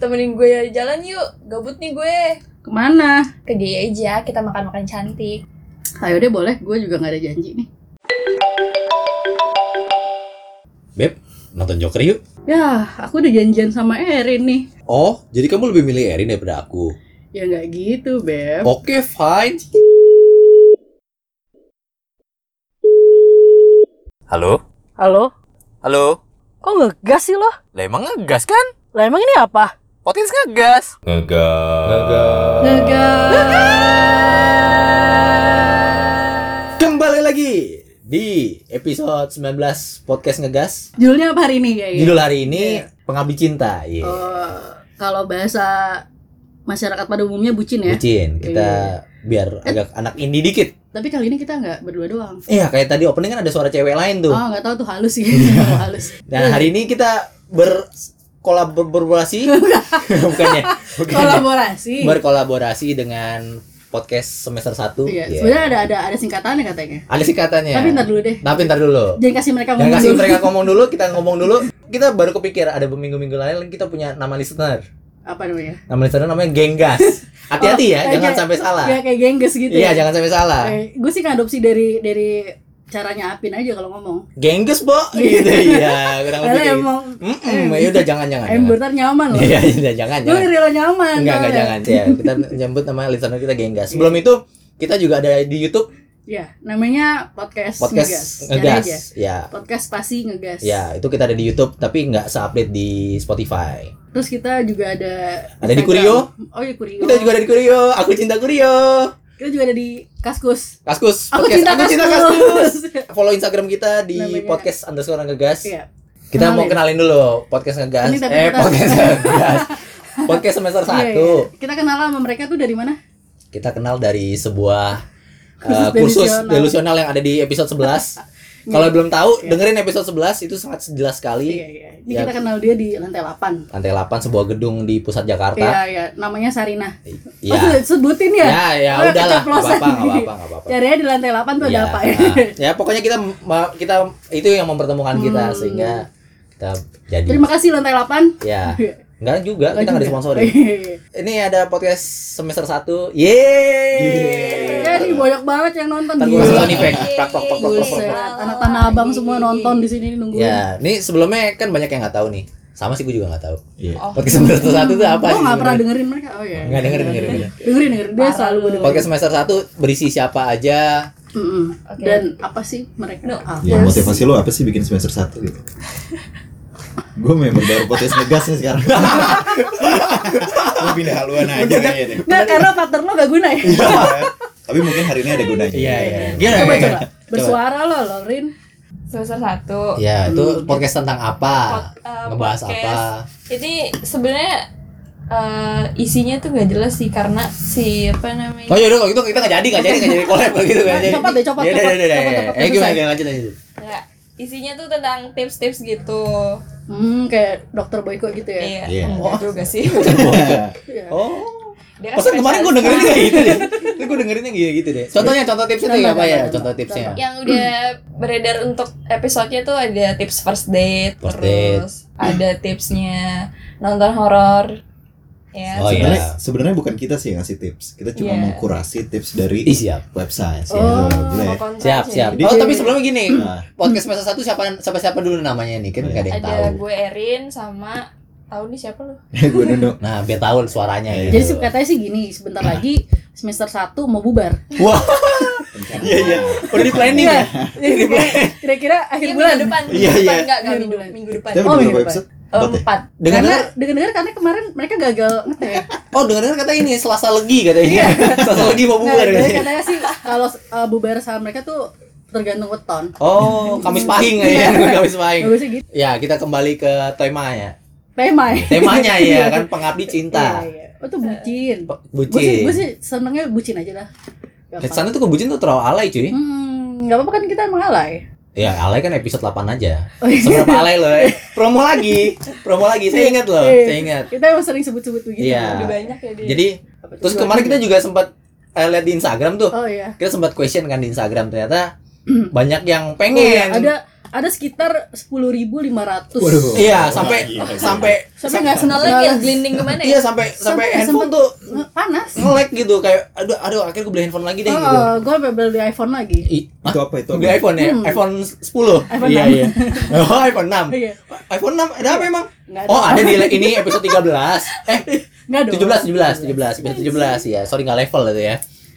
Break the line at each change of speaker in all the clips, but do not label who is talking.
temenin gue jalan yuk. Gabut nih gue.
Kemana?
Ke dia aja, kita makan-makan cantik.
Ayo deh boleh, gue juga gak ada janji nih.
Beb, nonton Joker yuk.
Yah, Ya, aku udah janjian sama Erin nih.
Oh, jadi kamu lebih milih Erin daripada aku.
Ya nggak gitu, Beb.
Oke, fine.
Halo?
Halo?
Halo?
Kok ngegas sih lo?
Lah emang ngegas kan?
Lah emang ini apa?
Potins ngegas.
Kembali lagi di episode 19 podcast ngegas.
Judulnya apa hari ini,
Iya.
ya?
Judul hari ini pengabdi cinta. Iya.
Oh,
kalau bahasa masyarakat pada umumnya bucin
iya.
ya.
Bucin, kita biar agak anak indie dikit.
Tapi kali ini kita nggak berdua doang.
Iya, kayak tadi opening kan ada suara cewek lain tuh.
Oh, nggak tahu tuh halus sih. halus.
Nah, hari ini kita ber kolaborasi bukannya bukannya
Kolaborasi.
ya? berkolaborasi dengan podcast semester 1
Iya, sebenarnya ada ada ada singkatannya katanya.
ada singkatannya
Tapi ntar dulu deh.
tapi ntar dulu
Jangan kasih mereka
Iya. Jangan
ngomong
kasih
dulu.
mereka ngomong dulu, kita ngomong dulu. Kita baru kepikir ada minggu-minggu lain kita punya nama listener.
Apa namanya?
Nama listener namanya Genggas. Hati-hati ya,
Oh,
jangan
kayak-
sampai salah.
Ya kayak gengges gitu. ya.
Iya, jangan sampai salah.
gue sih ngadopsi dari dari caranya Apin aja kalau ngomong.
Genggas, Bo. Gitu ya,
Iya. Karena
kurang lebih. kayak gitu.
emang
Mm-mm, ya udah jangan jangan.
ember ntar nyaman loh.
jangan. Iya, iya, jangan
Gue
jangan.
rela nyaman. tau
Enggak, enggak
ya.
jangan. Ya, kita nyambut nama listener kita Genggas. Sebelum itu kita juga ada di YouTube
Ya, namanya podcast,
podcast
ngegas. Cari aja.
Ngegas. Ya.
Podcast pasti ngegas.
Ya, itu kita ada di YouTube tapi nggak se-update di Spotify.
Terus kita juga ada
Ada di
Instagram.
Kurio.
Oh iya Kurio.
Kita juga ada di Kurio, aku cinta Kurio.
Kita juga ada di Kaskus.
Kaskus,
Aku
podcast
cinta
aku cinta
Kaskus.
Kaskus. Follow Instagram kita di
Namanya-
podcast underscore ngegas.
Iya.
Kita mau
Kenalin.
kenalin dulu podcast ngegas.
Ini tapi
Eh,
kita-
podcast ngegas. podcast semester
Iya, iya.
1.
Kita kenalan sama mereka tuh dari mana?
Kita kenal dari sebuah
Kursus
uh, kursus
delusional.
delusional yang ada di episode 11. Kalau belum tahu, dengerin episode 11 itu sangat
Iya,
jelas sekali.
iya. Ini
Iya.
kita kenal dia di lantai 8.
Lantai 8 sebuah gedung di pusat
Iya,
Jakarta.
iya. Namanya Sarina. Oh,
Iya.
sudah sebutin ya?
Ya, ya,
Oh,
udahlah, nggak
keceplosan.
apa-apa, nggak apa-apa, nggak apa-apa.
Caranya di lantai 8 tuh ada apa ya?
ah. ya pokoknya kita ma- kita itu yang mempertemukan kita sehingga kita jadi
Hmm. Terima kasih lantai 8.
Ya. Enggak juga,
Nggak
kita enggak
juga.
disponsori.
Iya, iya.
Ini ada podcast semester 1. Yeay.
Ya, ini banyak banget yang nonton
Ntar gua
Gila.
masukin efek. Plak, plak, plak, plak, plak,
Buset,
plak.
anak tanah abang semua nonton di sini nungguin.
Ya, ini sebelumnya kan banyak yang nggak tahu nih. Sama sih gue juga nggak tahu.
Iya.
Oh.
Podcast semester 1 itu apa
Gua nggak
sih?
pernah
sebenarnya?
dengerin mereka. Oh iya.
Nggak dengerin, dengerin, dengerin.
Dengerin dengerin dia selalu gue dengerin.
Podcast semester 1 berisi siapa aja?
Mm-mm.
Oke.
Dan apa sih mereka? Ah.
No.
Apa
Ya
sih?
motivasi lo apa sih bikin semester 1 gitu? gue memang baru potensi ngegas nih sekarang. Gue pindah haluan aja kayaknya deh.
Nggak, karena partner lo gak guna ya.
Tapi mungkin hari ini ada gunanya.
iya.
coba
Gimana?
coba. Bersuara lo Lorin.
Semester 1.
Ya, itu podcast tentang apa?
Pod- eh,
Ngebahas
podcast.
apa?
Ini sebenarnya eh, isinya tuh nggak jelas sih karena si apa namanya?
Oh yaudah kalau gitu kita nggak jadi, nggak jadi, nggak jadi collab kalau gitu nggak jadi.
Copot deh, copot,
Yaudah,
copot,
yaudah,
copot,
yaudah.
copot,
Eh gimana,
selesai.
gimana lanjut lanjut.
Ya, isinya tuh tentang tips-tips gitu.
Hmm, kayak dokter Boyko gitu ya. Iya.
Iya,
Iya.
enggak juga sih.
Oh,
Dia kan
Masa kemarin gue
spesialis.
dengerinnya kayak gitu deh. Terus gue dengerinnya kayak gitu deh. Contohnya contoh tipsnya tuh
Contoh,
apa ya?
contoh,
Contoh
contoh.
tipsnya.
yang udah beredar untuk episodenya tuh ada tips first date
First
terus ada tipsnya nonton horor ya
Oh,
Sebenarnya
iya.
sebenarnya bukan kita sih yang ngasih tips. Kita cuma
Iya.
mengkurasi tips dari
Ih, siap.
website. sih.
Oh.
Gila ya.
Konten
Siap,
sih.
siap.
Jadi-
Oh, tapi sebelumnya gini.
Nah,
Podcast semester satu siapa siapa siapa dulu namanya nih kan nggak ada yang tahu.
ada gue Erin sama tahu nih siapa lu
gue nunduk.
Nah, biar tahu suaranya gitu.
Iya.
Jadi sih katanya sih gini, sebentar lagi semester 1 mau bubar.
Wah. Iya, iya. Udah di planning ya?
Jadi kayak kira-kira akhir
Iya,
bulan.
minggu depan minggu
Iya,
depan
iya.
enggak enggak
Akhir
minggu,
bulan.
minggu depan
Kita
Oh,
udah
iya,
buka website. Empat ya?
empat
Dengan
karena dengar karena kemarin mereka gagal ngeteh.
oh dengar dengar kata ini Selasa legi
Iya.
katanya. Selasa legi mau
Nggak,
bubar
Iya,
dari
katanya.
katanya sih kalau uh, bubar sama mereka tuh tergantung weton.
Oh, Kamis
Iya.
pahing ya, Kamis pahing.
Bagusnya gitu.
Ya, kita kembali ke tema ya.
Tema ya.
Temanya ya kan pengabdi cinta.
Iya, iya. Oh tuh bucin. Gue
Pe-
sih,
Bucin. Eh,
gue sih senengnya bucin aja lah. Gampang.
Sana tuh ke bucin tuh terlalu alay cuy.
Hmm, nggak apa-apa kan kita emang alay. Oh, iya.
Ya, alay kan episode 8 aja. Seberapa alay loh. eh. Promo lagi. Promo lagi. Saya ingat loh.
Iya.
Saya ingat.
Kita emang sering sebut-sebut begitu.
Iya.
udah banyak ya dia
Jadi,
Apa tuh,
terus
dua
kemarin
ribu?
kita juga sempat eh, lihat di Instagram tuh.
Oh iya.
Kita sempat question kan di Instagram ternyata banyak yang pengen.
Oh, iya. Ada ada sekitar 10.500.
Waduh.
Iya, sampai
Gila, gila.
sampai
Sampai nggak
Kenal
senal
lagi yang gelinding kemana ya?
Iya, sampai sampai handphone tuh
panas.
nge-lag gitu kayak aduh aduh akhirnya gue beli handphone lagi deh gitu.
Oh, gue beli iPhone lagi.
I-
Itu apa itu?
Itu beli iPhone ya?
Hmm.
iPhone 10?
iPhone
iya,
6.
iya. Oh, iPhone 6.
Iya.
iPhone 6 ada apa emang?
Nggak ada.
Oh, ada di ini episode 13. Eh,
Nggak dong.
17, 17, 17,
Iya
episode 17 ya. Sorry nggak level itu ya.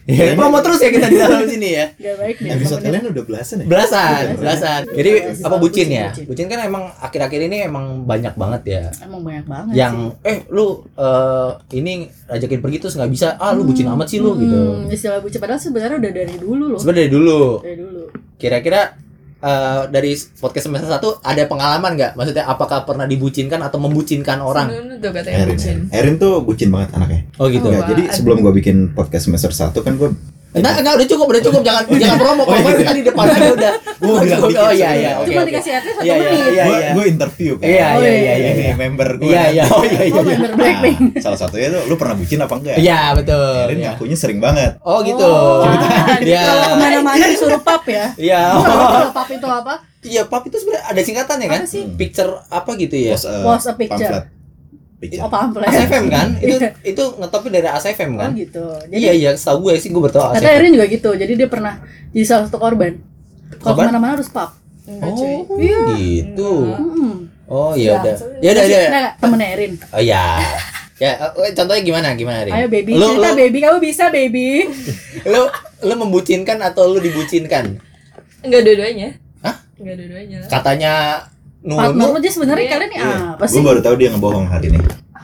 Ya, promo terus ya kita di dalam sini ya.
Gak baik deh.
Episode
sama dia.
kalian udah belasan ya?
Belasan, belasan. Jadi
Belasan.
apa bucin ya?
Bucin, bucin.
Bucin kan emang akhir-akhir ini emang banyak banget ya
Emang banyak banget
yang eh lu eh, ini ajakin pergi terus nggak bisa ah lu bucin amat sih lu gitu
Hmm, istilah bucin padahal sebenarnya udah dari dulu loh.
sebenarnya dari dulu
Dari dulu.
kira-kira eh, dari podcast semester 1 ada pengalaman nggak maksudnya apakah pernah dibucinkan atau membucinkan orang
Sebelum itu katanya
Erin,
bucin.
Erin. Erin tuh bucin banget anaknya.
oh gitu
Oh.
Enggak, jadi
Apaan?
sebelum gua bikin podcast semester 1 kan gua
enggak enggak udah cukup udah cukup jangan jangan promo promo kan di depan aja udah
Gua bilang dikit
oh iya
sebenarnya.
iya oke
Cuma
oke.
dikasih atas satu
iya iya
menit.
iya
gua,
iya
gua interview kan.
Iya,
iya, iya,
iya,
Ini
iya.
member gua.
iya iya oh iya iya
Oh,
iya
member
Nah,
Blackpink.
salah satunya tuh lu pernah bucin apa enggak?
iya betul
Erin
iya.
ngakunya sering banget.
oh gitu
Oh.
iya
Kalau kemana-mana disuruh pap ya.
iya
Kalau pap itu apa?
iya pap itu sebenarnya ada singkatannya kan
Apa sih?
picture apa gitu ya
Hmm. Post, eh,
Post a picture.
Pamflet. Picture.
Iya.
Oh, pamflet.
ASFM kan itu
Iya.
itu ngetopnya dari ASFM
Oh
kan
gitu. Jadi
iya kan? iya setahu gue sih gue bertahu
Kata Erin juga gitu, jadi dia pernah jadi salah satu korban. Kalau
Korban?
kemana-mana harus pap.
Enggak, cuy.
Oh,
Iya.
gitu.
Hmm.
Oh, ya udah. Ya udah, ya.
Nah, nggak, temennya Erin.
Oh ya. Ya, eh, contohnya gimana? Gimana, Rin?
Ayo baby,
Lu,
cerita
lu,
baby, kamu bisa baby.
lu, lu membucinkan atau lu dibucinkan?
Enggak dua-duanya.
Hah?
Enggak dua-duanya. lah.
Katanya
Partner lo
nunu.
aja sebenarnya
Iya.
kalian nih
Iya.
apa
Gua
sih?
baru tahu dia ngebohong hari ini.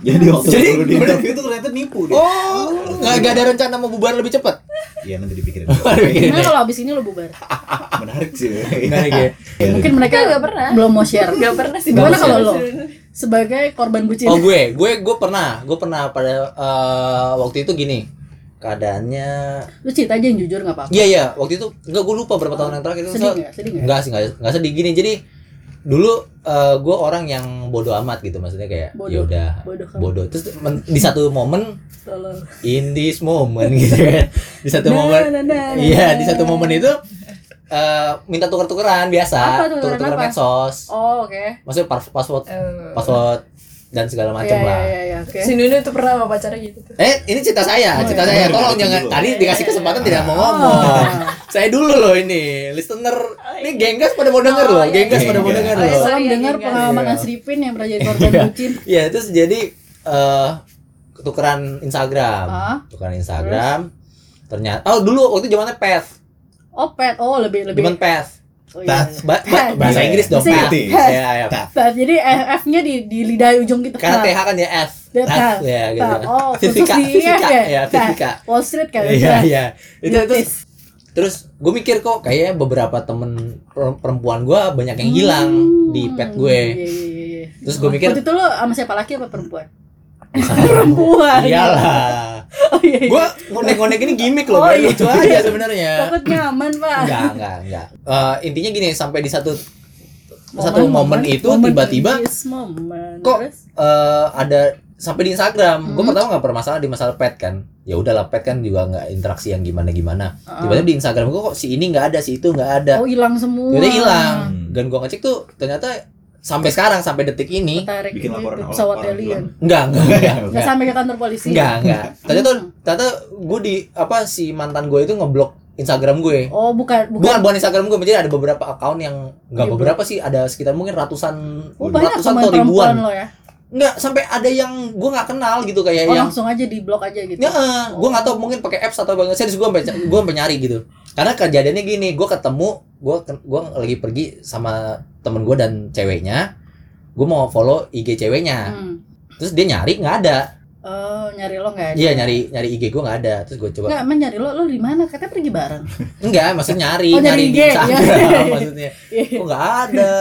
Jadi waktu
Jadi-
dulu di interview tuh ternyata nipu dia.
Oh, nggak nggak ada rencana mau bubar lebih cepat?
Iya nanti dipikirin.
Gimana kalau abis ini lo bubar?
Menarik sih.
Menarik ya.
Iya,
Mungkin mereka
Enggak, nggak pernah.
belum mau share.
Enggak pernah sih.
Gimana
Bang.
kalau lo sebagai korban bucin?
Oh gue, gue gue pernah, gue pernah pada eh, waktu itu gini keadaannya,
Lo cerita aja yang jujur nggak apa-apa.
iya iya waktu itu nggak gue lupa berapa tahun yang terakhir itu
Sedih
so-
nggak? Sedih nggak?
Enggak sih, enggak, enggak sedih gini. Jadi dulu eh, gue orang yang bodoh amat gitu maksudnya kayak
Bodoh.
ya udah
Bodoh kamu.
bodoh. Terus men- di satu momen
Tolong.
in this moment gitu kan. Di
Nah,
satu momen
nah, nah, nah,
Iya,
nah.
di satu momen itu eh minta tuker-tukeran
Apa
biasa,
tukeran
tuker-tukeran
apa?
medsos.
Oh oke.
Maksudnya pas- password
Eh,
password dan segala macam
Iya,
lah.
Iya iya iya oke.
Si Nunu tuh pernah sama pacarnya gitu tuh.
Eh, ini cerita saya, cerita
iya.
saya.
Iya,
Tolong
iya,
jangan
dulu.
tadi dikasih kesempatan tidak mau
Oh.
ngomong. Saya dulu loh ini, listener. Ini
iya.
genggas pada mau denger
Oh,
loh,
iya,
genggas
iya.
pada mau
Iya.
denger
Oh, iya,
loh.
sorry
Tolong
ya,
dengar
Genggas.
pengalaman
Iya.
Asripin yang pernah jadi korban bucin.
Iya, terus jadi eh tukeran Instagram.
Hah?
Tukeran Instagram. Ternyata oh dulu waktu zamannya Path.
Oh pet, oh lebih lebih.
Cuman Path.
Oh, iya.
Pet.
Ba- ba-
Path.
bahasa
Iya.
Inggris dong,
Bahasa
Path.
Inggris.
Iya, iya.
Path.
Pet, Jadi eh, F-nya di, di lidah ujung kita.
Karena TH kan ya F.
Dia
Path,
Path.
ya gitu.
Path. Oh, khusus
Fisika,
di F
fisika,
ya?
ya,
Path.
fisika.
Wall Street kan.
Iya, iya. Itu terus
Notice.
terus gue mikir kok kayaknya beberapa temen per- perempuan gue banyak yang hilang
Hmm.
di pet gue.
Iya, iya, iya, iya.
Terus gue mikir
Waktu itu lo sama siapa laki apa perempuan? perempuan.
iyalah.
Oh iya. iya.
Gue ngonek-ngonek ini gimmick loh,
Oh,
biar
iya.
lucu aja sebenarnya.
takut nyaman, Pak.
Enggak, enggak, enggak. Eh, intinya gini, sampai di satu satu
Momen,
momen itu
momen
tiba-tiba
this moment.
kok
Terus?
eh, ada sampai di Instagram. Gue
Hmm.
pertama nggak bermasalah di masalah pet kan. Ya udahlah pet kan juga nggak interaksi yang gimana-gimana.
Uh-uh.
Tiba-tiba di Instagram gue kok si ini nggak ada, si itu nggak ada.
Oh, hilang semua.
Tiba-tiba hilang.
Hmm.
Dan gue ngecek tuh ternyata sampai sekarang sampai detik ini
Tarik
Bikin
gitu,
laporan awal,
gitu, pesawat
laporan
alien.
enggak, enggak, enggak.
Enggak sampai ke kantor polisi.
Enggak, enggak. Ternyata
Hmm.
ternyata gue di apa si mantan gue itu ngeblok Instagram gue.
Oh, bukan bukan.
Bukan bukan Instagram gue, jadi ada beberapa account yang nggak
Di-block.
beberapa sih, ada sekitar mungkin ratusan,
Oh, banyak
ratusan
teman
atau ribuan.
perempuan lo ya.
Nggak sampai ada yang gue nggak kenal gitu kayak
Oh,
yang
langsung aja di blok aja gitu.
Ya, gue nggak tahu mungkin pakai apps atau bagaimana. Serius gue gue nyari gitu. Karena kejadiannya gini, gue ketemu, gue gua lagi pergi sama temen gue dan ceweknya. Gue mau follow IG ceweknya.
Hmm.
Terus dia nyari nggak ada.
Oh, nyari lo nggak ada?
Iya nyari nyari IG gue nggak ada. Terus gue coba.
Nggak, emang nyari lo, lo di mana? Katanya pergi bareng.
Enggak, maksud nyari,
Oh,
nyari
nyari
di
IG,
Instagram
iya.
maksudnya. Kok nggak ada?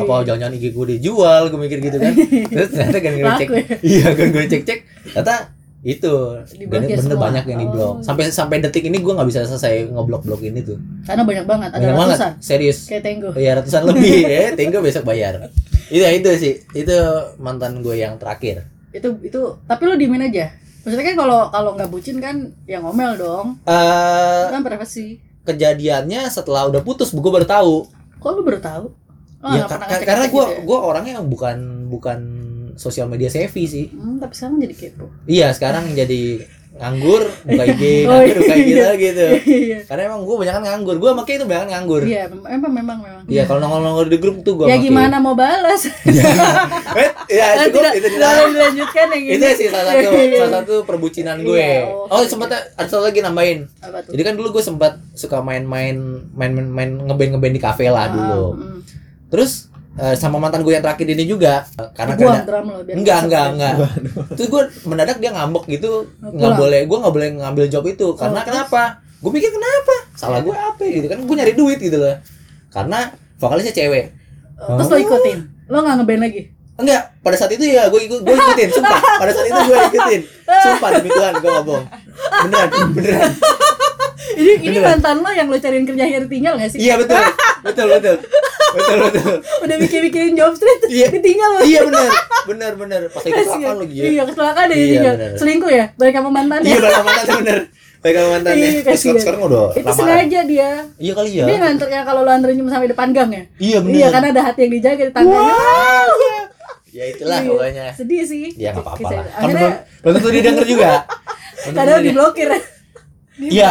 Apa
Iya.
jangan-jangan IG gue dijual? Gue mikir gitu kan. Terus ternyata kan gue cek.
Laku ya?
Iya, kan gue cek-cek. Ternyata itu
Diblokir
bener, bener
ya semua.
banyak yang di blok
Oh.
sampai sampai detik ini gue nggak bisa selesai ngeblok blok ini tuh
Karena banyak banget, ada
banyak banget
ratusan.
serius
Kayak tenggo.
ya ratusan lebih ya tinggal besok bayar itu itu sih itu mantan gue yang terakhir
Itu itu tapi lo diemin aja. Maksudnya kan kalau kalau nggak bucin kan ya ngomel dong.
eh
Itu kan privasi.
kejadiannya setelah udah putus gue baru tahu
Kok lo baru tahu? Lo
ya,
nggak
kar-
pernah
kar-
ngecek
karena
gitu
gue
ya?
gua orangnya yang bukan bukan sosial media savvy sih.
Hmm, tapi sekarang jadi kepo.
Iya sekarang jadi nganggur buka IG,
Oh,
nganggur buka IG lagi gitu.
Iya.
Karena emang gue banyak kan nganggur, gue makanya itu banyak kan nganggur.
Iya, mem- emang memang memang.
Iya kalau nongol-nongol di grup tuh gue.
ya gimana mau balas?
Eh, ya itu
tidak,
itu
tidak
tidak.
dilanjutkan yang ini.
Itu sih salah satu salah satu perbucinan gue.
Iya,
oh
oh.
sempat ada satu lagi nambahin.
Apa tuh?
Jadi kan dulu gue sempat suka main-main main-main main ngeband ngeband di kafe lah dulu.
Hmm.
Terus eh, sama mantan gue yang terakhir ini juga eh, karena
Gua
karena
drum lo biar
enggak
bisa
enggak
balas.
enggak. Terus gue mendadak dia ngambek gitu nggak
Pulang. Oh,
boleh gue nggak boleh ngambil job itu karena
terus?
kenapa? Gue mikir kenapa? Salah gue apa gitu kan? Gue nyari duit gitu loh. Karena vokalisnya cewek.
Oh, Terus lo ikutin. Lo nggak ngeband lagi.
Enggak, pada saat itu ya gue ikut, gue ikutin, sumpah. Pada saat itu gue ikutin, sumpah demi Tuhan, gue nggak bohong. Beneran, beneran.
Ini ini
Beneran.
mantan lo yang lo cariin kerja akhirnya tinggal nggak sih?
Iya betul, betul, betul, betul, betul.
Udah bikin-bikinin job street,
Iya.
ditinggal lo.
Iya bener, bener, bener. Pas ikut apaan lagi ya?
Iya, kecelakaan deh
Iya,
tinggal.
bener.
Selingkuh ya? Balik sama mantan
Iya,
ya?
balik sama mantan bener, balik sama mantan ya.
Iya,
Terus
kasihan.
sekarang udah
Itu
lamaran.
sengaja dia.
Iya kali ya.
Dia nganter ya kalau lo anterin cuma sampai depan gang ya?
Iya bener.
Iya, karena ada hati yang dijaga di tangannya.
Ya itulah
Iya.
pokoknya.
Sedih sih.
Ya nggak apa-apa lah. Kan
Akhirnya
belum- belum tentu dia denger juga. Belum tentu
kadang
dia-
diblokir ya.
Iya, iya,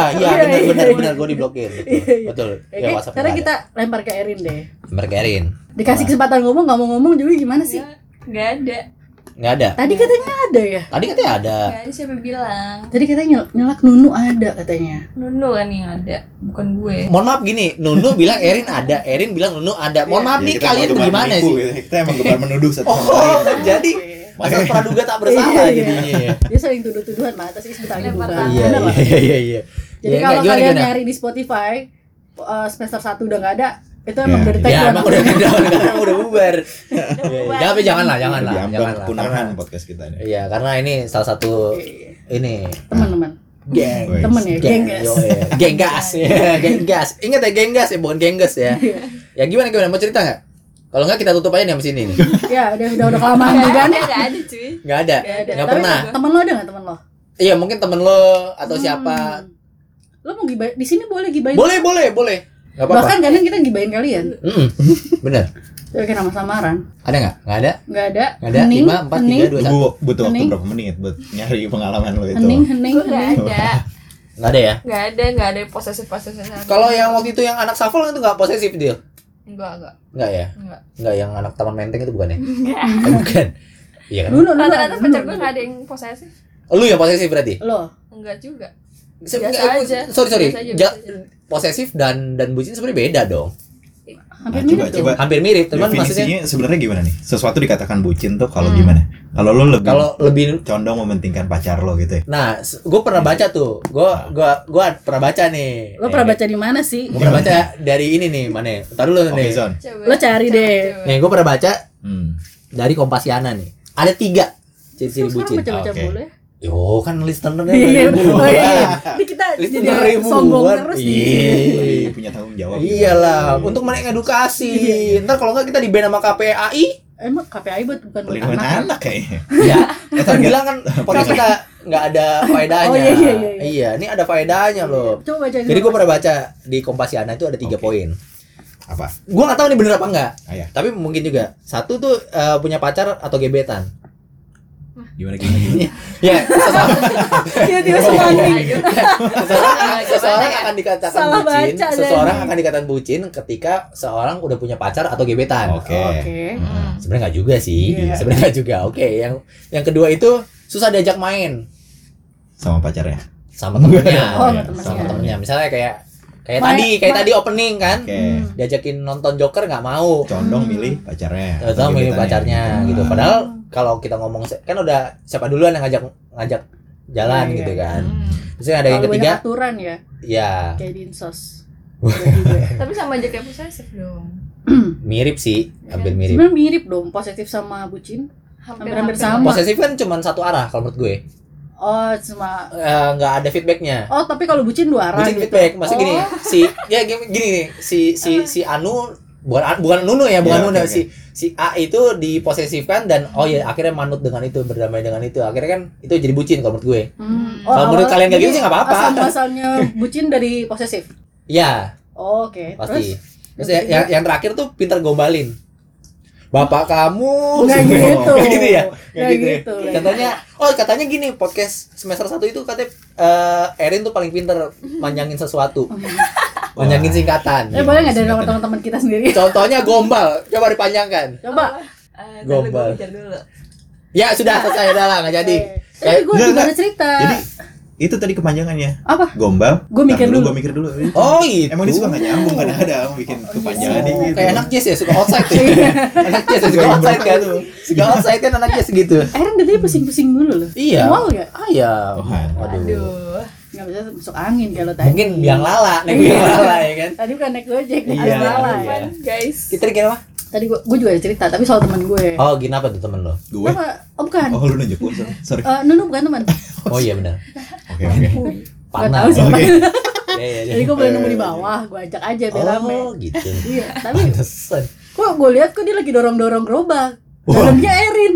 Iya,
bener,
iya,
bener,
iya.
bener. Gue diblokir, betul,
Iya, iya.
betul. Ya
Oke,
WhatsApp.
sekarang kita lempar ke Erin
Iya.
deh.
merkerin.
Dikasih kesempatan ngomong, nggak mau ngomong juga gimana sih?
Iya.
Gak ada.
Nggak ada.
Tadi katanya ada ya?
Tadi katanya ada.
Gak ada siapa bilang.
Tadi katanya nyel- nyelak Nunu ada katanya.
Nunu kan yang ada, bukan gue.
Mohon maaf gini, Nunu bilang Erin ada, Erin bilang Nunu ada. Mohon maaf nih
Iya, kita
kalian
emang
tuh
gemar
gimana
menipu
sih?
gitu. Kita emang gemar menuduh satu sama
Oh,
lain.
jadi masa praduga tak bersalah
Iya, iya.
jadinya ya.
Dia sering tuduh-tuduhan mata sih sebetulnya
Lempar
bukan.
Iya,
Bener nggak?
iya, iya.
Jadi
Ya,
kalau
gimana,
kalian
gimana?
nyari di Spotify eh, semester 1 udah nggak ada, itu emang
Ya,
dari
Ya,
take
emang
down.
udah down, sekarang udah bubar. Iya, iya.
bubar.
Jangan, janganlah, janganlah,
Diambang
janganlah.
kepunahan
Karena-
podcast kita ini.
Iya, karena ini salah satu
Oke.
ini
Iya, Teman-teman,
geng.
Wes.
temen ya,
Geng,
genggas.
yo, iya. geng gas, Iya, geng gas. Ingat ya geng gas ya, bukan geng gas ya. Ya gimana gimana mau cerita nggak? Kalau nggak kita tutup aja nih sama sini. nih.
Ya, udah udah udah kelamaan
Gak
juga
ada,
nih.
gak ada cuy.
Nggak ada,
Nggak ada.
nggak
Tapi
pernah.
Temen lo ada nggak temen lo?
Iya mungkin temen lo atau siapa.
Hmm. Lo mau gibain? Di sini boleh gibain.
Boleh, boleh, boleh. Gak apa-apa.
Bahkan kadang kita gibain kalian.
Mm-mm. Bener.
Oke, nama samaran.
Ada nggak? Nggak ada.
Nggak ada.
Nggak ada.
Hening,
Lima, empat, tiga,
hening,
dua, satu.
Gue butuh waktu
Hening.
berapa menit buat nyari pengalaman lo itu.
Hening, hening,
Gue gak
hening.
ada.
Nggak ada ya.
Gak ada, gak ada posesif-posesif.
Kalau yang waktu itu yang anak shuffle itu nggak posesif dia?
Enggak, enggak.
Nggak ya.
Enggak.
Nggak yang anak taman menteng itu bukan ya? Nggak. Bukan. Iya kan.
Dulu, dulu,
Rata-rata
dulu,
pacar
dulu.
gue gak ada yang posesif.
Lu yang posesif berarti?
Lo,
Enggak juga.
Se-
Biasa
eh,
aja.
Sorry sorry.
Biasa aja,
Ja-
biasa aja.
posesif dan dan bucin sebenarnya beda dong.
hampir
Nah,
mirip
coba,
tuh.
coba.
Hampir mirip, cuman maksudnya
Definisinya sebenarnya gimana nih? Sesuatu dikatakan bucin tuh
Hmm.
kalau gimana? Kalau lo lebih
kalau lebih
condong mementingkan pacar lo gitu ya?
Nah, gue pernah baca tuh. Gue
Ah.
gua gua pernah baca nih.
Lo pernah baca di mana sih?
Gue pernah baca dari ini nih, mana? Taruh dulu
Oke,
nih.
Zon.
Coba.
Lo cari
coba,
deh.
coba.
Nih, gue pernah baca
Hmm.
dari Kompasiana nih. Ada tiga ciri-ciri
Terus sekarang
bucin. Ah,
baca-baca
Oke.
boleh.
Yo kan listenernya
Iya,
udah ribuan.
oh iya. Ini kita
Listener
jadi
ribuan.
sombong terus nih.
Iya.
Lo punya tanggung jawab. gitu.
Iyalah, untuk mereka
Iya,
edukasi. Ntar kalau nggak kita di sama KPAI,
Emang KPI buat bukan buat
Pelindungan
anak.
Iya. anak kayaknya.
ya kan
Eh, target.
bilang kan podcast kita nggak ada faedahnya.
Oh, iya, iya, iya, iya.
Iya, ini ada faedahnya loh.
Coba baca
Jadi gue pernah baca di Kompasiana itu ada tiga
Oke.
poin.
Apa?
Gue nggak tahu ini bener apa enggak,
Ah, iya.
Ayah,
tapi mungkin juga satu tuh eh, punya pacar atau gebetan.
gimana gimana? gimana?
Ya,
Iya.
seseorang,
Tiba-tiba
Coba.
semangat.
seseorang, seseorang akan
Iya,
dikatakan
ya? Salah
bucin,
baca,
seseorang
Zen.
akan dikatakan bucin ketika seorang udah punya pacar atau gebetan. Oh,
Oke.
Oke.
Hmm.
Sebenarnya nggak juga sih.
Iya.
Sebenarnya nggak juga. Oke, yang yang kedua itu susah diajak main
Sama pacarnya.
sama temennya.
Oh, sama
sama
temennya.
temennya. Misalnya kayak kayak
Main-
tadi, kayak
main-
tadi opening kan.
Oke.
Diajakin nonton Joker nggak mau.
Condong milih pacarnya.
Tahu milih
Hmm.
pacarnya gitu. Padahal kalau kita ngomong se- kan udah siapa duluan yang ngajak ngajak jalan
Iya,
gitu
iya.
kan.
Hmm.
Misalnya ada yang
Kalau
ketiga,
banyak aturan ya,
ya
kayak di insos.
Tapi sama aja kayak posesif dong.
mirip sih, hampir mirip.
Sebenarnya mirip dong, positif sama bucin. Hampir-hampir sama.
Posesif kan cuma satu arah kalau menurut gue.
Oh, cuma
Eh, nggak ada feedbacknya.
Oh, tapi kalau bucin dua arah
Bucin
gitu.
feedback, maksudnya gini,
Oh.
si ya gini, gini nih, si si si Anu bukan An- bukan Nunu ya, bukan
Iya,
Nunu
oke,
si si A itu diposesifkan dan oh ya akhirnya manut dengan itu, berdamai dengan itu. Akhirnya kan itu jadi bucin kalau menurut gue.
Hmm.
Kalau menurut
awal-
kalian nggak gitu
jadi
sih nggak apa-apa.
Asal-asalnya bucin dari posesif.
Iya,
Oh, Oke.
pasti.
Terus
Terus ya- yang, yang terakhir tuh pintar gombalin. Bapak kamu
Nggak gitu.
Nggak Oh, gitu ya?
Nggak
Nggak gitu.
gitu.
ya? Contohnya, oh katanya gini podcast semester 1 itu katanya eh, Erin tuh paling pintar manjangin sesuatu. manjangin singkatan.
Eh boleh nggak dari nomor teman-teman kita sendiri?
Contohnya gombal, coba dipanjangkan.
Coba.
Eh, ntar gue
Gombal.
pikir dulu.
Ya sudah selesai udah lah nggak jadi.
Tapi gue
Nggak,
gimana
nggak.
cerita?
Jadi itu tadi kepanjangannya
Apa?
gombal.
Gua mikir
Ntar
dulu.
Gua mikir dulu.
Oh itu.
Emang dia suka nggak nyambung kadang-kadang bikin kepanjangan
Oh,
gitu.
Kayak anak jazz ya suka outside ya. anak jazz ya suka
Suka
outside kan.
gitu.
Suka outside kan anak jazz gitu.
Aaron dari tadi pusing-pusing mulu loh.
Iya.
Wow ya.
Ayam.
Tuhan.
Aduh.
Aduh.
Nggak bisa masuk angin kalau tadi.
Mungkin biang lala,
Iya.
naik biang lala ya kan.
Tadi bukan naik gojek, naik
Iya,
lala
iya.
ya.
Fun, guys.
Kita kira apa?
Tadi gue gue juga ada cerita, tapi soal teman gue.
Oh, gini apa tuh temen lo?
Gue.
Apa? Oh bukan.
Oh lu nunjuk gue. Sorry.
Eh, Nunu bukan teman.
Oh iya benar.
Oke oke.
Gak
Panas.
tahu sih.
Oke.
Iya, iya,
Jadi
iya.
gue boleh nunggu di bawah, gue ajak aja biar rame.
Oh, gitu.
Iya, tapi
Pantesan.
kok gue lihat kok dia lagi dorong-dorong gerobak. Dalamnya Erin.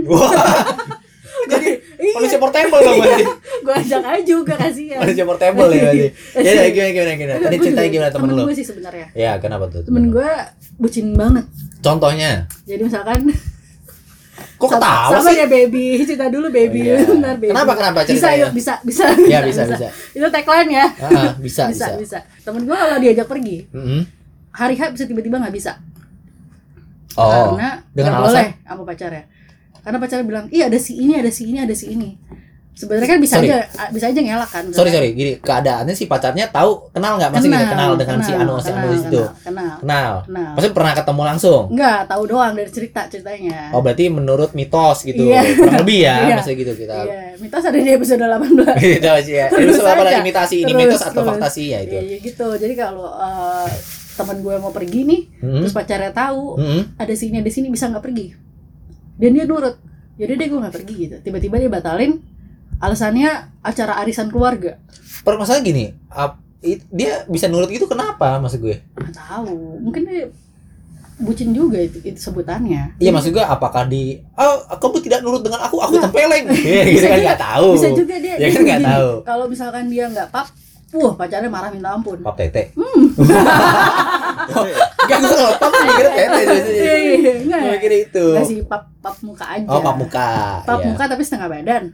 Jadi
Iya.
manusia portable dong berarti.
gue ajak aja juga kasihan.
Manusia portable ya berarti. Ya ya, gimana gimana gimana. Tadi ceritanya gimana temen lo?
gue Iya. sih sebenarnya.
Ya, kenapa tuh?
Temen
lo?
gue bucin banget.
Contohnya.
Jadi misalkan
Kok ketawa
sama
sih?
ya baby, cerita dulu baby,
Iya.
bentar baby.
Kenapa, kenapa
Bisa
ceritanya?
yuk, bisa, bisa.
Iya, bisa, bisa.
Itu tagline ya.
Ah, bisa, Mm-hmm.
bisa,
bisa.
bisa. Temen gue kalau diajak pergi,
Mm-mm.
hari H bisa tiba-tiba nggak bisa.
Oh,
karena
dengan
nggak
alasan?
boleh sama pacarnya karena pacarnya bilang iya ada si ini ada si ini ada si ini sebenarnya kan bisa
Sorry.
aja bisa aja ngelak kan
sorry sorry gini keadaannya si pacarnya tahu kenal nggak masih kenal, kenal dengan si Anu si Anu itu
kenal, kenal.
kenal.
Kenal.
maksudnya pernah ketemu langsung
nggak tahu doang dari cerita ceritanya
oh berarti menurut mitos gitu
Iya.
kurang lebih ya
Iya.
maksudnya gitu kita
iya mitos ada di episode 18
gitu sih ya
Terus
itu apa
aja.
imitasi ini
Terus,
mitos atau
terus.
fakta sih
iya
ya itu
iya gitu jadi kalau eh, teman gue mau pergi nih
Mm-mm.
terus pacarnya tahu
Mm-mm.
ada si ini ada si ini bisa nggak pergi dan dia nurut jadi deh gue nggak pergi gitu tiba-tiba dia batalin alasannya acara arisan keluarga
permasalahan gini ap- it- dia bisa nurut gitu kenapa maksud gue
Nggak tahu, mungkin dia bucin juga itu, itu sebutannya.
Iya maksud gue apakah di oh kamu tidak nurut dengan aku
Mm-hmm.
aku
Nah.
tempeleng Iya gitu
Bisa
kan
juga-
nggak tahu
Bisa juga dia.
ya
dia
kan nggak
gini,
tahu
Kalau misalkan dia nggak pap, wah pacarnya marah minta ampun.
pap tete
Hmm.
Gak gue kalau pap mikir tete
Iya, iya, iya, nggak.
Gue mikir itu
Nggak sih pap pap muka aja.
Oh pap muka.
Pap
ya.
muka tapi setengah badan.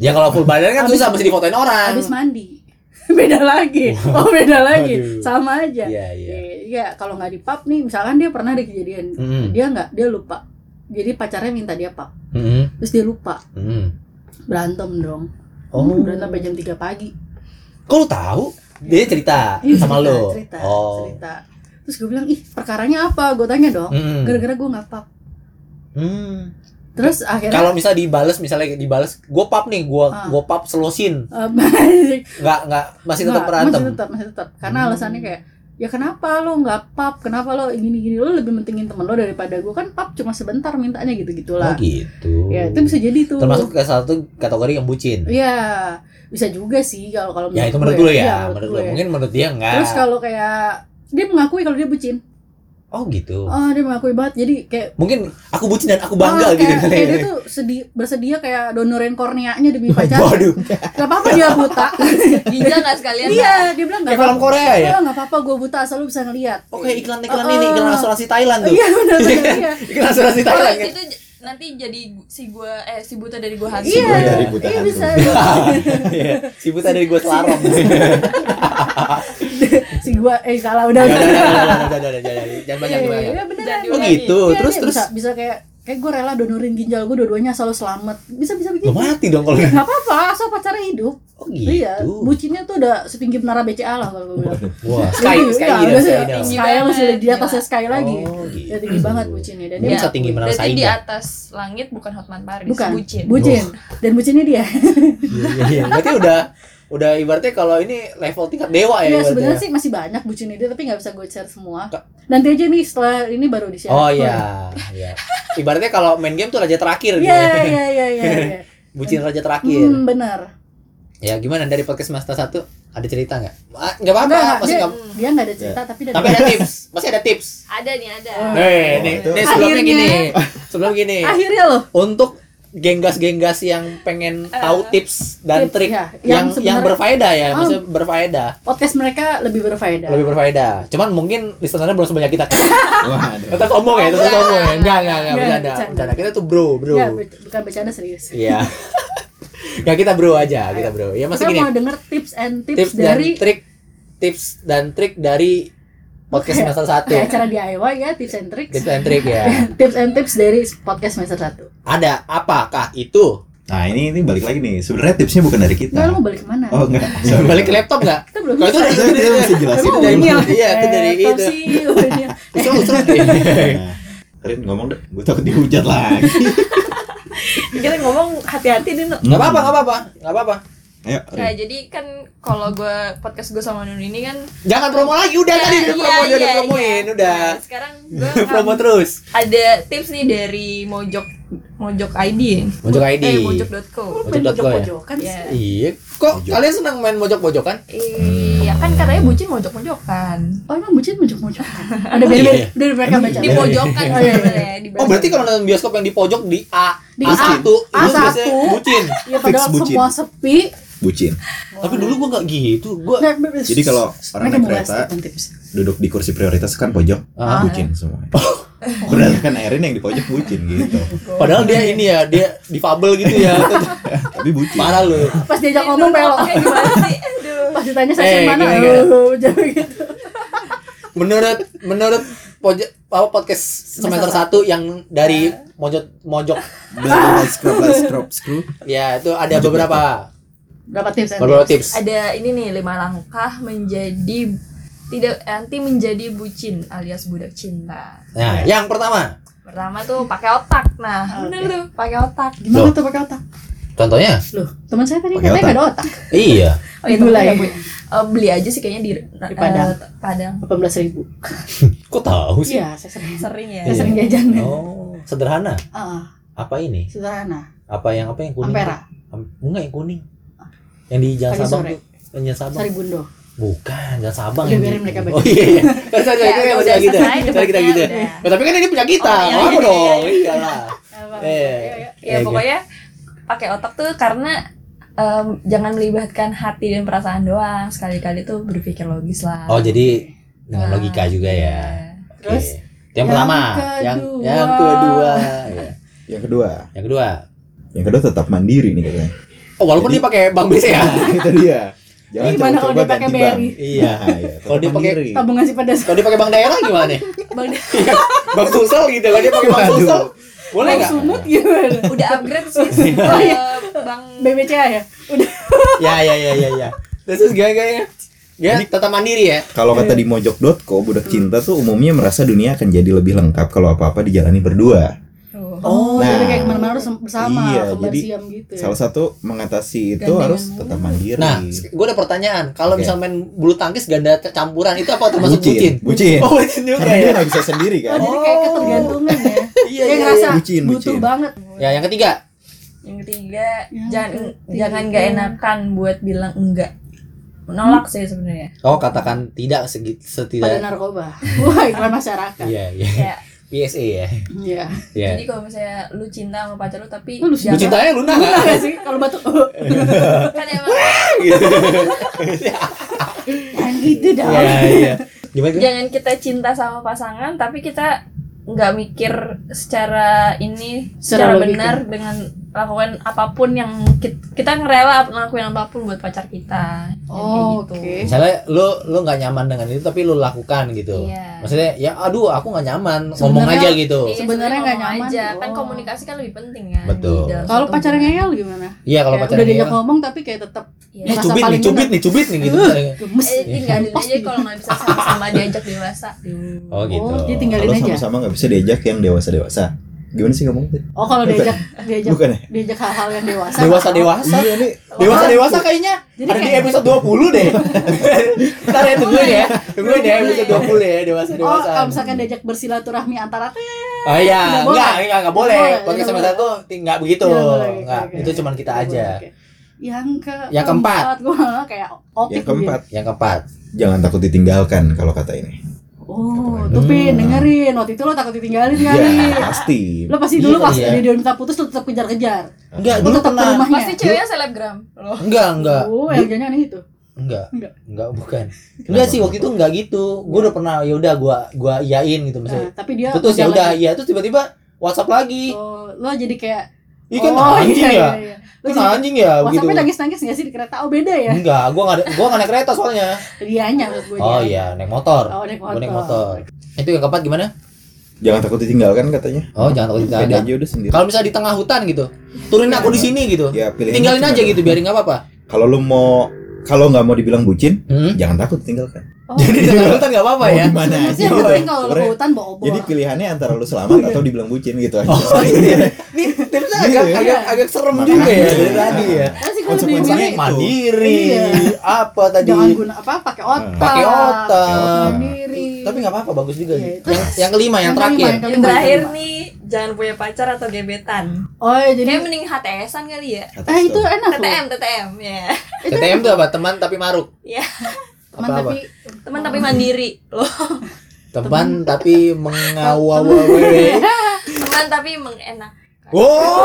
Ya kalau full badan kan
Abis-
susah mesti difotoin orang.
Habis mandi. beda lagi. Oh, beda lagi.
Aduh.
Sama aja.
Iya iya.
ya?
Hmm.
Iya, kalau nggak di pap nih, misalkan dia pernah ada kejadian,
Mm-mm.
dia nggak, dia lupa. Jadi pacarnya minta dia pap,
Mm-mm.
terus dia lupa,
Mm.
berantem dong.
Oh.
Berantem sampai jam 3 pagi.
Kok lu tahu? Dia cerita
Iya,
sama
cerita,
lo.
cerita,
oh.
cerita. Terus gue bilang, ih perkaranya apa? Gue tanya dong.
Mm-mm.
Gara-gara gue nggak pap.
Hmm.
Terus akhirnya
Kalau misal dibales misalnya dibales, gue pap nih, gue
Ah.
gue pap selosin,
eh, balik.
nggak nggak masih tetap
Nggak,
berantem.
Masih tetap, masih tetap. Karena
Hmm.
alasannya kayak, ya kenapa lo nggak pap? Kenapa lo gini-gini? Lo lebih mentingin temen lo daripada gue kan pap cuma sebentar mintanya
Oh
gitu-gitulah.
gitu.
Ya itu bisa jadi tuh.
Termasuk ke satu kategori yang bucin.
Iya, bisa juga sih kalau kalau
Ya itu menurut gue
Iya,
ya, menurut gue.
gue.
Mungkin ya. menurut dia enggak.
Terus kalau kayak dia mengakui kalau dia bucin.
oh gitu.
Oh, dia mengakui banget. Jadi kayak
Mungkin aku bucin dan aku
Oh,
bangga gitu.
kayak, kayak dia tuh sedih, bersedia kayak donorin korneanya demi pacar.
Waduh.
Gak apa-apa dia buta.
Ginjal nggak sekalian?
iya, dia bilang gak
Kayak film Korea ya?
Gak apa-apa, gue buta asal lu bisa ngeliat.
Oke iklan-iklan
Oh,
ini,
oh.
iklan asuransi Thailand tuh.
Iya, benar-benar.
Iya.
iya.
iklan asuransi
Pak?
Thailand
Oh,
kan.
itu j- nanti jadi gu- si gua eh si buta dari gua hantu.
Iya,
Gua dari buta
iya
hantu.
bisa.
Iya, Si buta dari gua selarong.
Iya. si gua, eh salah udah. udah.
Udah, udah, udah, udah, udah, udah, udah, udah, Jangan banyak
Iya,
banyak.
iya, beneran.
Jadi
Oh
ulangi.
gitu.
Iya,
Terus
dia
terus
Bisa, bisa kayak, kayak gue rela donorin ginjal gue dua-duanya asal lu selamat. Bisa-bisa
lo
begitu.
mati dong kalau. gitu.
Gak apa-apa, asal pacarnya hidup.
Oh kan? gitu.
bucinnya tuh udah setinggi menara BCA lah kalau gue bilang.
Wah, sky
Iya. Iya,
sky
iya,
gila,
udah sih,
sky down.
tinggi
Sky masih
banget,
di atasnya
gila.
Sky lagi.
Oh, gitu.
Ya tinggi banget bucinnya dan
Mungkin
dia
setinggi menara
Berarti di
Saida.
atas langit bukan Hotman Paris,
bukan
bucin.
bucin. Dan bucinnya dia.
Iya, iya, iya. Berarti udah udah ibaratnya kalau ini level tingkat dewa ya.
Ya
ibaratnya.
sebenarnya sih masih banyak bucinnya dia tapi nggak bisa gue share semua.
Ka-
Nanti aja nih setelah ini baru di share.
Oh iya, iya. Ibaratnya kalau main game tuh raja terakhir gitu.
Iya iya iya iya. iya.
Bucin raja terakhir.
Hmm benar.
Ya gimana dari podcast Master 1 ada cerita nggak? Ah, Nggak apa-apa,
Enggak
masih
dia
nggak. Iya.
dia nggak ada cerita tapi dari
Tapi ada tips, masih ada tips.
Ada nih ada.
Oh.
Nih, nih, nih sebelumnya
Akhirnya.
gini. Sebelum gini.
akhirnya loh.
Untuk genggas-genggas yang pengen tahu tips dan
Eh, Tips,
trik
ya.
yang
Yang
yang
sebenarnya-
berfaedah ya,
Ah.
maksudnya berfaedah,
podcast mereka lebih berfaedah
lebih berfaedah. Cuman mungkin listenernya belum sebanyak kita.
Waduh.
Tetap omong ya, tetap omong ya. Enggak, enggak, enggak,
Enggak, Iya,
bercanda,
bercanda. Ya.
bercanda. Kita tuh bro, bro.
Nggak, Iya, be- bukan bercanda serius
Iya. Enggak kita bro aja, kita bro. Ya masih
kita
gini.
mau denger tips and tips,
Tips dan
dari
trik tips dan trik dari podcast
Kayak-
semester
kayak
1.
acara DIY ya tips and tricks
Tips dan trik ya.
tips and tips dari podcast semester 1
Ada apakah itu?
Nah ini ini balik lagi nih. Sebenarnya tipsnya bukan dari kita.
Nggak, lu mau balik kemana?
Oh enggak. Sorry.
Balik ke laptop enggak?
kita belum
Nah. Kalau itu
Kita- kita mesti jelasin
itu
dulu.
dari iya, itu dari
Eh,
itu.
Topsi, Wilnya.
Usah, usah. Iya.
Nah, Rin ngomong deh. Gue takut dihujat lagi.
Kita ngomong hati-hati nih.
Nggak apa-apa, nggak apa-apa, nggak apa-apa.
Ayo. Rin.
Nah, jadi kan kalau gue podcast gue sama Nun ini kan
Jangan
Iya,
promo lagi, udah Ya, tadi udah promo, udah dipromoin,
iya.
udah.
Nah, sekarang gue
Promo terus.
ada tips nih dari Mojok Mojok ID. ya?
Mojok ID.
Eh, mojok.co.
Lu
Mojok
main
dot co ya?
pojok-pojokan sih.
Iya.
Iya, kok
Mojok.
kalian senang main mojok-mojokan?
Iya, kan katanya bucin mojok-mojokan.
Oh emang bucin mojok-mojokan? Ada beda-beda
Iya.
dari mereka baca
Di pojokan
Oh, iya, iya.
sebenarnya, di
Oh, berarti kalau nonton bioskop yang di pojok di A,
Di
A1,
A,
itu
A1.
biasanya bucin.
Ya padahal
Fix bucin.
semua sepi
Bucin.
Tapi dulu gua nggak gitu, gua
Nah, be- be-
Jadi kalau orang
mereka
naik
mau bahas
kereta
tentang tips.
duduk di kursi prioritas kan pojok.
Nah.
Ah.
Bucin semua. Berarti kan Erin yang di pojok bucin gitu.
Padahal dia ini ya, dia difabel gitu ya.
Tapi bucin.
Parah lu.
Pas diajak ngomong belok
Kayak gimana sih? Aduh.
Pas ditanya saya
Eh,
mana
gini, gini.
aduh, jangan gitu
Menurut menurut pojok apa, podcast semester Eh. 1 yang dari mojok mojok
Black scrub, black scrub, screw.
ya itu ada
Mojok
beberapa
Berapa tips and
beberapa
tips?
tips.
Ada ini nih lima langkah menjadi tidak anti menjadi bucin alias budak cinta.
Nah, yang pertama,
Pertama tuh pakai otak. Nah,
Oke.
bener tuh pakai otak.
Gimana
Loh.
tuh pakai otak?
contohnya?
Loh teman saya tadi
Pakai
katanya
otak.
gak ada otak
Iya.
Oh iya mulai
Temennya, Bu. Eh, beli aja sih kayaknya di,
Di Padang.
eh, Padang.
18 ribu
Kok tahu sih?
Iya saya sering
Sering ya.
Saya sering jajan ya
Oh, sederhana.
Ah,
Apa ini?
Sederhana
Apa yang apa yang kuning?
Ampera
Am- Enggak yang kuning. Yang di Jalan
Pagi
Sabang
sore.
tuh. Yang Jalan Sabang.
Saribundo
Bukan, Jalan Sabang.
Udah
yang
biarin
di-
mereka baca.
Oh iya. iya. Terus
Ya,
aja kita yang
udah
baca kita.
selesai,
Kita kita gitu.
debatnya udah.
Ya, tapi kan ini punya kita.
Oh, iya,
Apa
iya,
dong?
iya,
Iyalah.
iya,
Eh.
Ya
Iya,
pokoknya pakai otak tuh karena em, jangan melibatkan hati dan perasaan doang. Sekali-kali tuh berpikir logis lah.
Oh, jadi dengan
Ah,
logika juga ya.
iya.
Oke.
Terus
yang
yang
pertama, yang
kedua.
yang kedua. Iya.
Yang kedua,
Yang kedua.
yang kedua tetap mandiri nih katanya.
Oh, walaupun
Jadi-
dia pakai bank BC ya.
Itu dia. Jangan
Ini gimana
coba
kalau dia pakai BRI?
Iya. Kalau
Kalau
dia
dia
pakai-
Tabungan si pedas
Kalau dia pakai bank daerah gimana nih?
Bang,
Bank Sulsel gitu kan dia pakai bank
Waduh.
Sulsel. Boleh
Bang
enggak?
sumut gimana?
udah upgrade sih se-
Oh, iya.
eh, Bang
BBCA ya? Udah
Ya ya ya ya ya. Terus gaya-gaya. Dia tetap mandiri ya.
Kalau kata di mojok.co, budak
Hmm.
cinta tuh umumnya merasa dunia akan jadi lebih lengkap kalau apa-apa dijalani berdua.
Tuh.
Oh,
Nah.
jadi kayak kemana-mana harus bersama,
Iya,
kembar
jadi
siam gitu ya.
Salah satu mengatasi itu
Gandengan
harus
mulu.
tetap mandiri.
Nah, gue ada pertanyaan. Kalau
Oke.
misal main bulu tangkis ganda t- campuran itu apa termasuk bucin?
bucin.
Oh, bucin juga
Karena dia
ya.
nggak bisa sendiri
Oh,
kan.
jadi kayak ketergantungan ya.
Iya,
Dia
iya,
ngerasa
iya.
Bucin,
butuh
bucin.
banget.
Ya, yang ketiga.
Yang ketiga,
Yang
jangan
ketiga.
jangan gak enakan buat bilang enggak. Menolak sih sebenarnya.
Oh, katakan tidak segi-
Pada
setidak.
narkoba. Wah, iklan masyarakat.
Iya, iya.
Ya.
PSA ya.
Iya.
Iya.
Jadi kalau misalnya lu cinta sama pacar lu tapi
Oh, Lu
Lu cintanya Luna
Bener
enggak?
gak sih kalau batuk? Oh,
kan emang
gitu.
Jangan gitu dong.
Iya, iya. Gimana? Gimana?
jangan kita cinta sama pasangan tapi kita nggak mikir secara ini
Secara
secara,
logika.
benar dengan lakukan apapun yang kita, kita ngerela ngelakuin apapun buat pacar kita Yang kayak
Oh,
gitu.
oke.
Misalnya lu lu nggak nyaman dengan itu tapi lu lakukan gitu.
Iya.
Maksudnya ya aduh aku nggak nyaman, ngomong
Sebenarnya-
aja gitu.
Iya,
Sebenarnya nggak
ngomong
nyaman.
aja. kan
Oh.
komunikasi kan lebih penting kan
Betul.
di dalam
Kalau
suatu
pacarnya
hubungan.
ngeyel gimana?
Iya, kalau
Kayak
pacarnya
udah diajak
ya.
ngomong tapi kayak tetap
Iya.
Nih
Merasa
cubit nih,
paling
cubit
benar.
nih, cubit nih gitu. misalnya.
gemes.
eh, tinggalin aja kalau nggak bisa sama-sama diajak dewasa
Oh gitu.
Oh, dia tinggalin
Kalau
aja.
sama-sama nggak bisa diajak yang dewasa-dewasa. Gimana sih ngomong tadi?
Oh, kalau diajak diajak Oh,
Bukan ya?
diajak hal-hal yang dewasa.
Dewasa dewasa.
Iya nih.
Dewasa dewasa kayaknya ada di episode 20 deh. Ntar ya tungguin ya. Tungguin ya episode 20 ya dewasa
Oh,
dewasa.
kalau misalkan diajak bersilaturahmi antara teh.
Oh iya,
Nggak boleh.
enggak, enggak, enggak boleh.
Nggak boleh,
Podcast
nggak
sama
boleh.
satu enggak begitu.
Nggak boleh, oke,
Enggak,
oke.
itu cuman kita aja.
gitu. Oke. Yang ke
Yang keempat.
Gue malah kayak gitu. otik
Yang keempat,
Yang keempat.
jangan takut ditinggalkan kalau kata ini.
Oh, tuh Pin,
Hmm.
dengerin. Waktu itu lo takut ditinggalin kali.
Ya, pasti.
Lo pasti dulu
Iya,
pas
iya.
dia dia minta putus lo tetap kejar-kejar.
Enggak,
Lo
dulu
tetap ke
pernah.
rumahnya.
Pasti ceweknya selebgram loh.
Enggak, enggak.
Oh, yang jangan nih itu.
Enggak.
Enggak.
Enggak, bukan. Enggak sih waktu itu enggak gitu. Gua udah pernah ya udah gua gua iyain gitu
Nah,
misalnya.
tapi dia
Putus ya
jalan.
udah iya terus tiba-tiba WhatsApp lagi.
Oh, lo jadi kayak
Ih kan
oh,
anjing ya.
iya. Lo jadi
Kan
kayak,
anjing Hmm. ya gitu.
WhatsApp-nya nangis-nangis gak sih di kereta? Oh, beda ya.
Enggak, gua enggak ada gua enggak naik kereta soalnya.
Dianya menurut gue. dia.
Oh iya, naik motor.
Oh, naik motor.
Gua naik motor. Itu yang keempat gimana?
Jangan takut ditinggalkan katanya.
Oh, jangan takut
Pede
ditinggalin.
aja udah sendiri.
Kalau misalnya di tengah hutan gitu, turunin aku di sini gitu.
Ya, pilihannya
Tinggalin
cuma
aja
ada-
gitu biarin enggak apa-apa.
Kalau lo mau kalau nggak mau dibilang bucin,
Hmm?
jangan takut tinggalkan.
Oh,
Jadi di tengah hutan enggak apa-apa
Mau
ya.
gimana aja
Maksudnya
gitu.
yang penting kalau lo ke
Sebenarnya-
hutan bawa obor.
Jadi pilihannya antara lu selamat atau dibilang bucin gitu aja.
iya. Oh, iya. Ini tipsnya
Gitu
agak,
ya?
agak, agak serem
Makanya. gitu.
juga ya dari tadi ya.
Kan sih kalau lebih
Konsekuensinya
mirip
itu.
Mandiri,
Iya.
apa tadi?
jangan guna apa pakai otak.
Pakai otak.
Mandiri.
Tapi nggak apa-apa, bagus juga.
Iya,
sih.
terus-
yang, yang kelima, yang, terakhir.
kelima,
Yang
kelima,
terakhir
kelima.
nih jangan punya pacar atau gebetan.
Oh, iya, jadi
Kayak mending HTS-an kali ya.
Atas
eh itu
tuh.
enak loh.
TTM, TTM ya.
Itu
TTM tuh apa? Teman tapi maruk.
Iya.
Teman
Apa-apa?
tapi
Teman tapi mandiri loh.
Teman tapi mengawawawe.
Teman tapi mengenak. Oh.
Wow,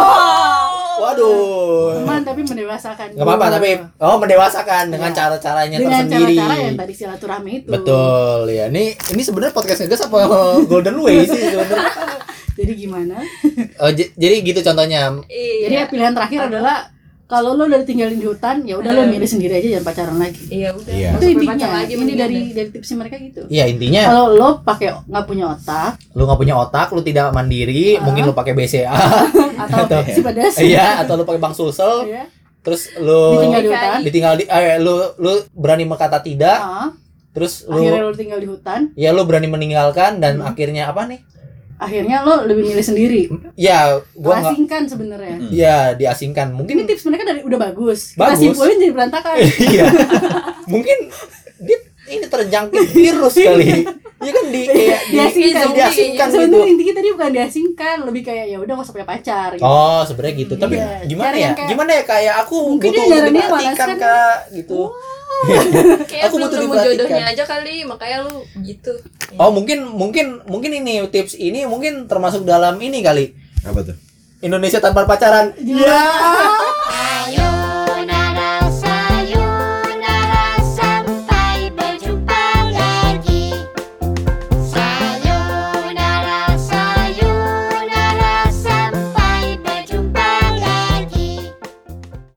Oh! waduh.
teman tapi mendewasakan.
Gak apa-apa
dulu.
tapi oh mendewasakan dengan
Iya.
cara-caranya
dengan
tersendiri.
cara-cara yang tadi silaturahmi itu.
Betul ya. Ini ini sebenarnya podcast ngegas apa Golden Way sih sebenarnya.
Jadi gimana?
Oh, j- jadi gitu contohnya.
Jadi ya,
Iya.
pilihan terakhir adalah kalau lo udah ditinggalin di hutan, ya udah lo
Eh.
milih sendiri aja jangan pacaran lagi.
Iya udah.
Iya.
Nggak
Itu
usah berpacar
intinya.
lagi,
Ini
mendingan
dari
deh.
dari tipsnya mereka gitu.
Iya intinya
Kalau lo pakai nggak punya otak
lu nggak punya otak, lu tidak mandiri,
Ah.
mungkin lu pakai BCA,
atau
Atau-
si pedas,
iya, atau lu pakai Bang Sulsel,
ya,
terus lu
ditinggal di hutan.
ditinggal di, eh, lu lu berani berkata tidak,
Ah,
terus
akhirnya
lu
lo tinggal di hutan,
ya lu berani meninggalkan dan
Hmm.
akhirnya apa nih?
akhirnya lo lebih milih sendiri.
Ya, gua nggak,
Asingkan sebenarnya.
Mm.
ya diasingkan.
Ini
Mungkin
tips mereka dari udah bagus. Kita
Bagus.
simpulin jadi berantakan.
iya, mungkin dia ini terjangkit virus kali. Iya kan di kayak di,
Diasingkan.
diasingkan gitu.
Iya, Sebenarnya intinya tadi bukan diasingkan, lebih kayak ya udah nggak usah punya pacar. Gitu.
Oh, sebenarnya gitu. Tapi
Iya.
gimana
Cara
ya?
yang kayak-
Gimana ya kayak aku
Mungkin
butuh
dia
untuk
nyaranin
diperhatikan
malas kan.
Kak gitu.
Kayak
Aku
belum
butuh
nemu
diperhatikan.
jodohnya aja kali, makanya lu gitu.
Oh mungkin mungkin mungkin ini tips ini mungkin termasuk dalam ini kali
Apa tuh?
Indonesia tanpa pacaran.
Ya.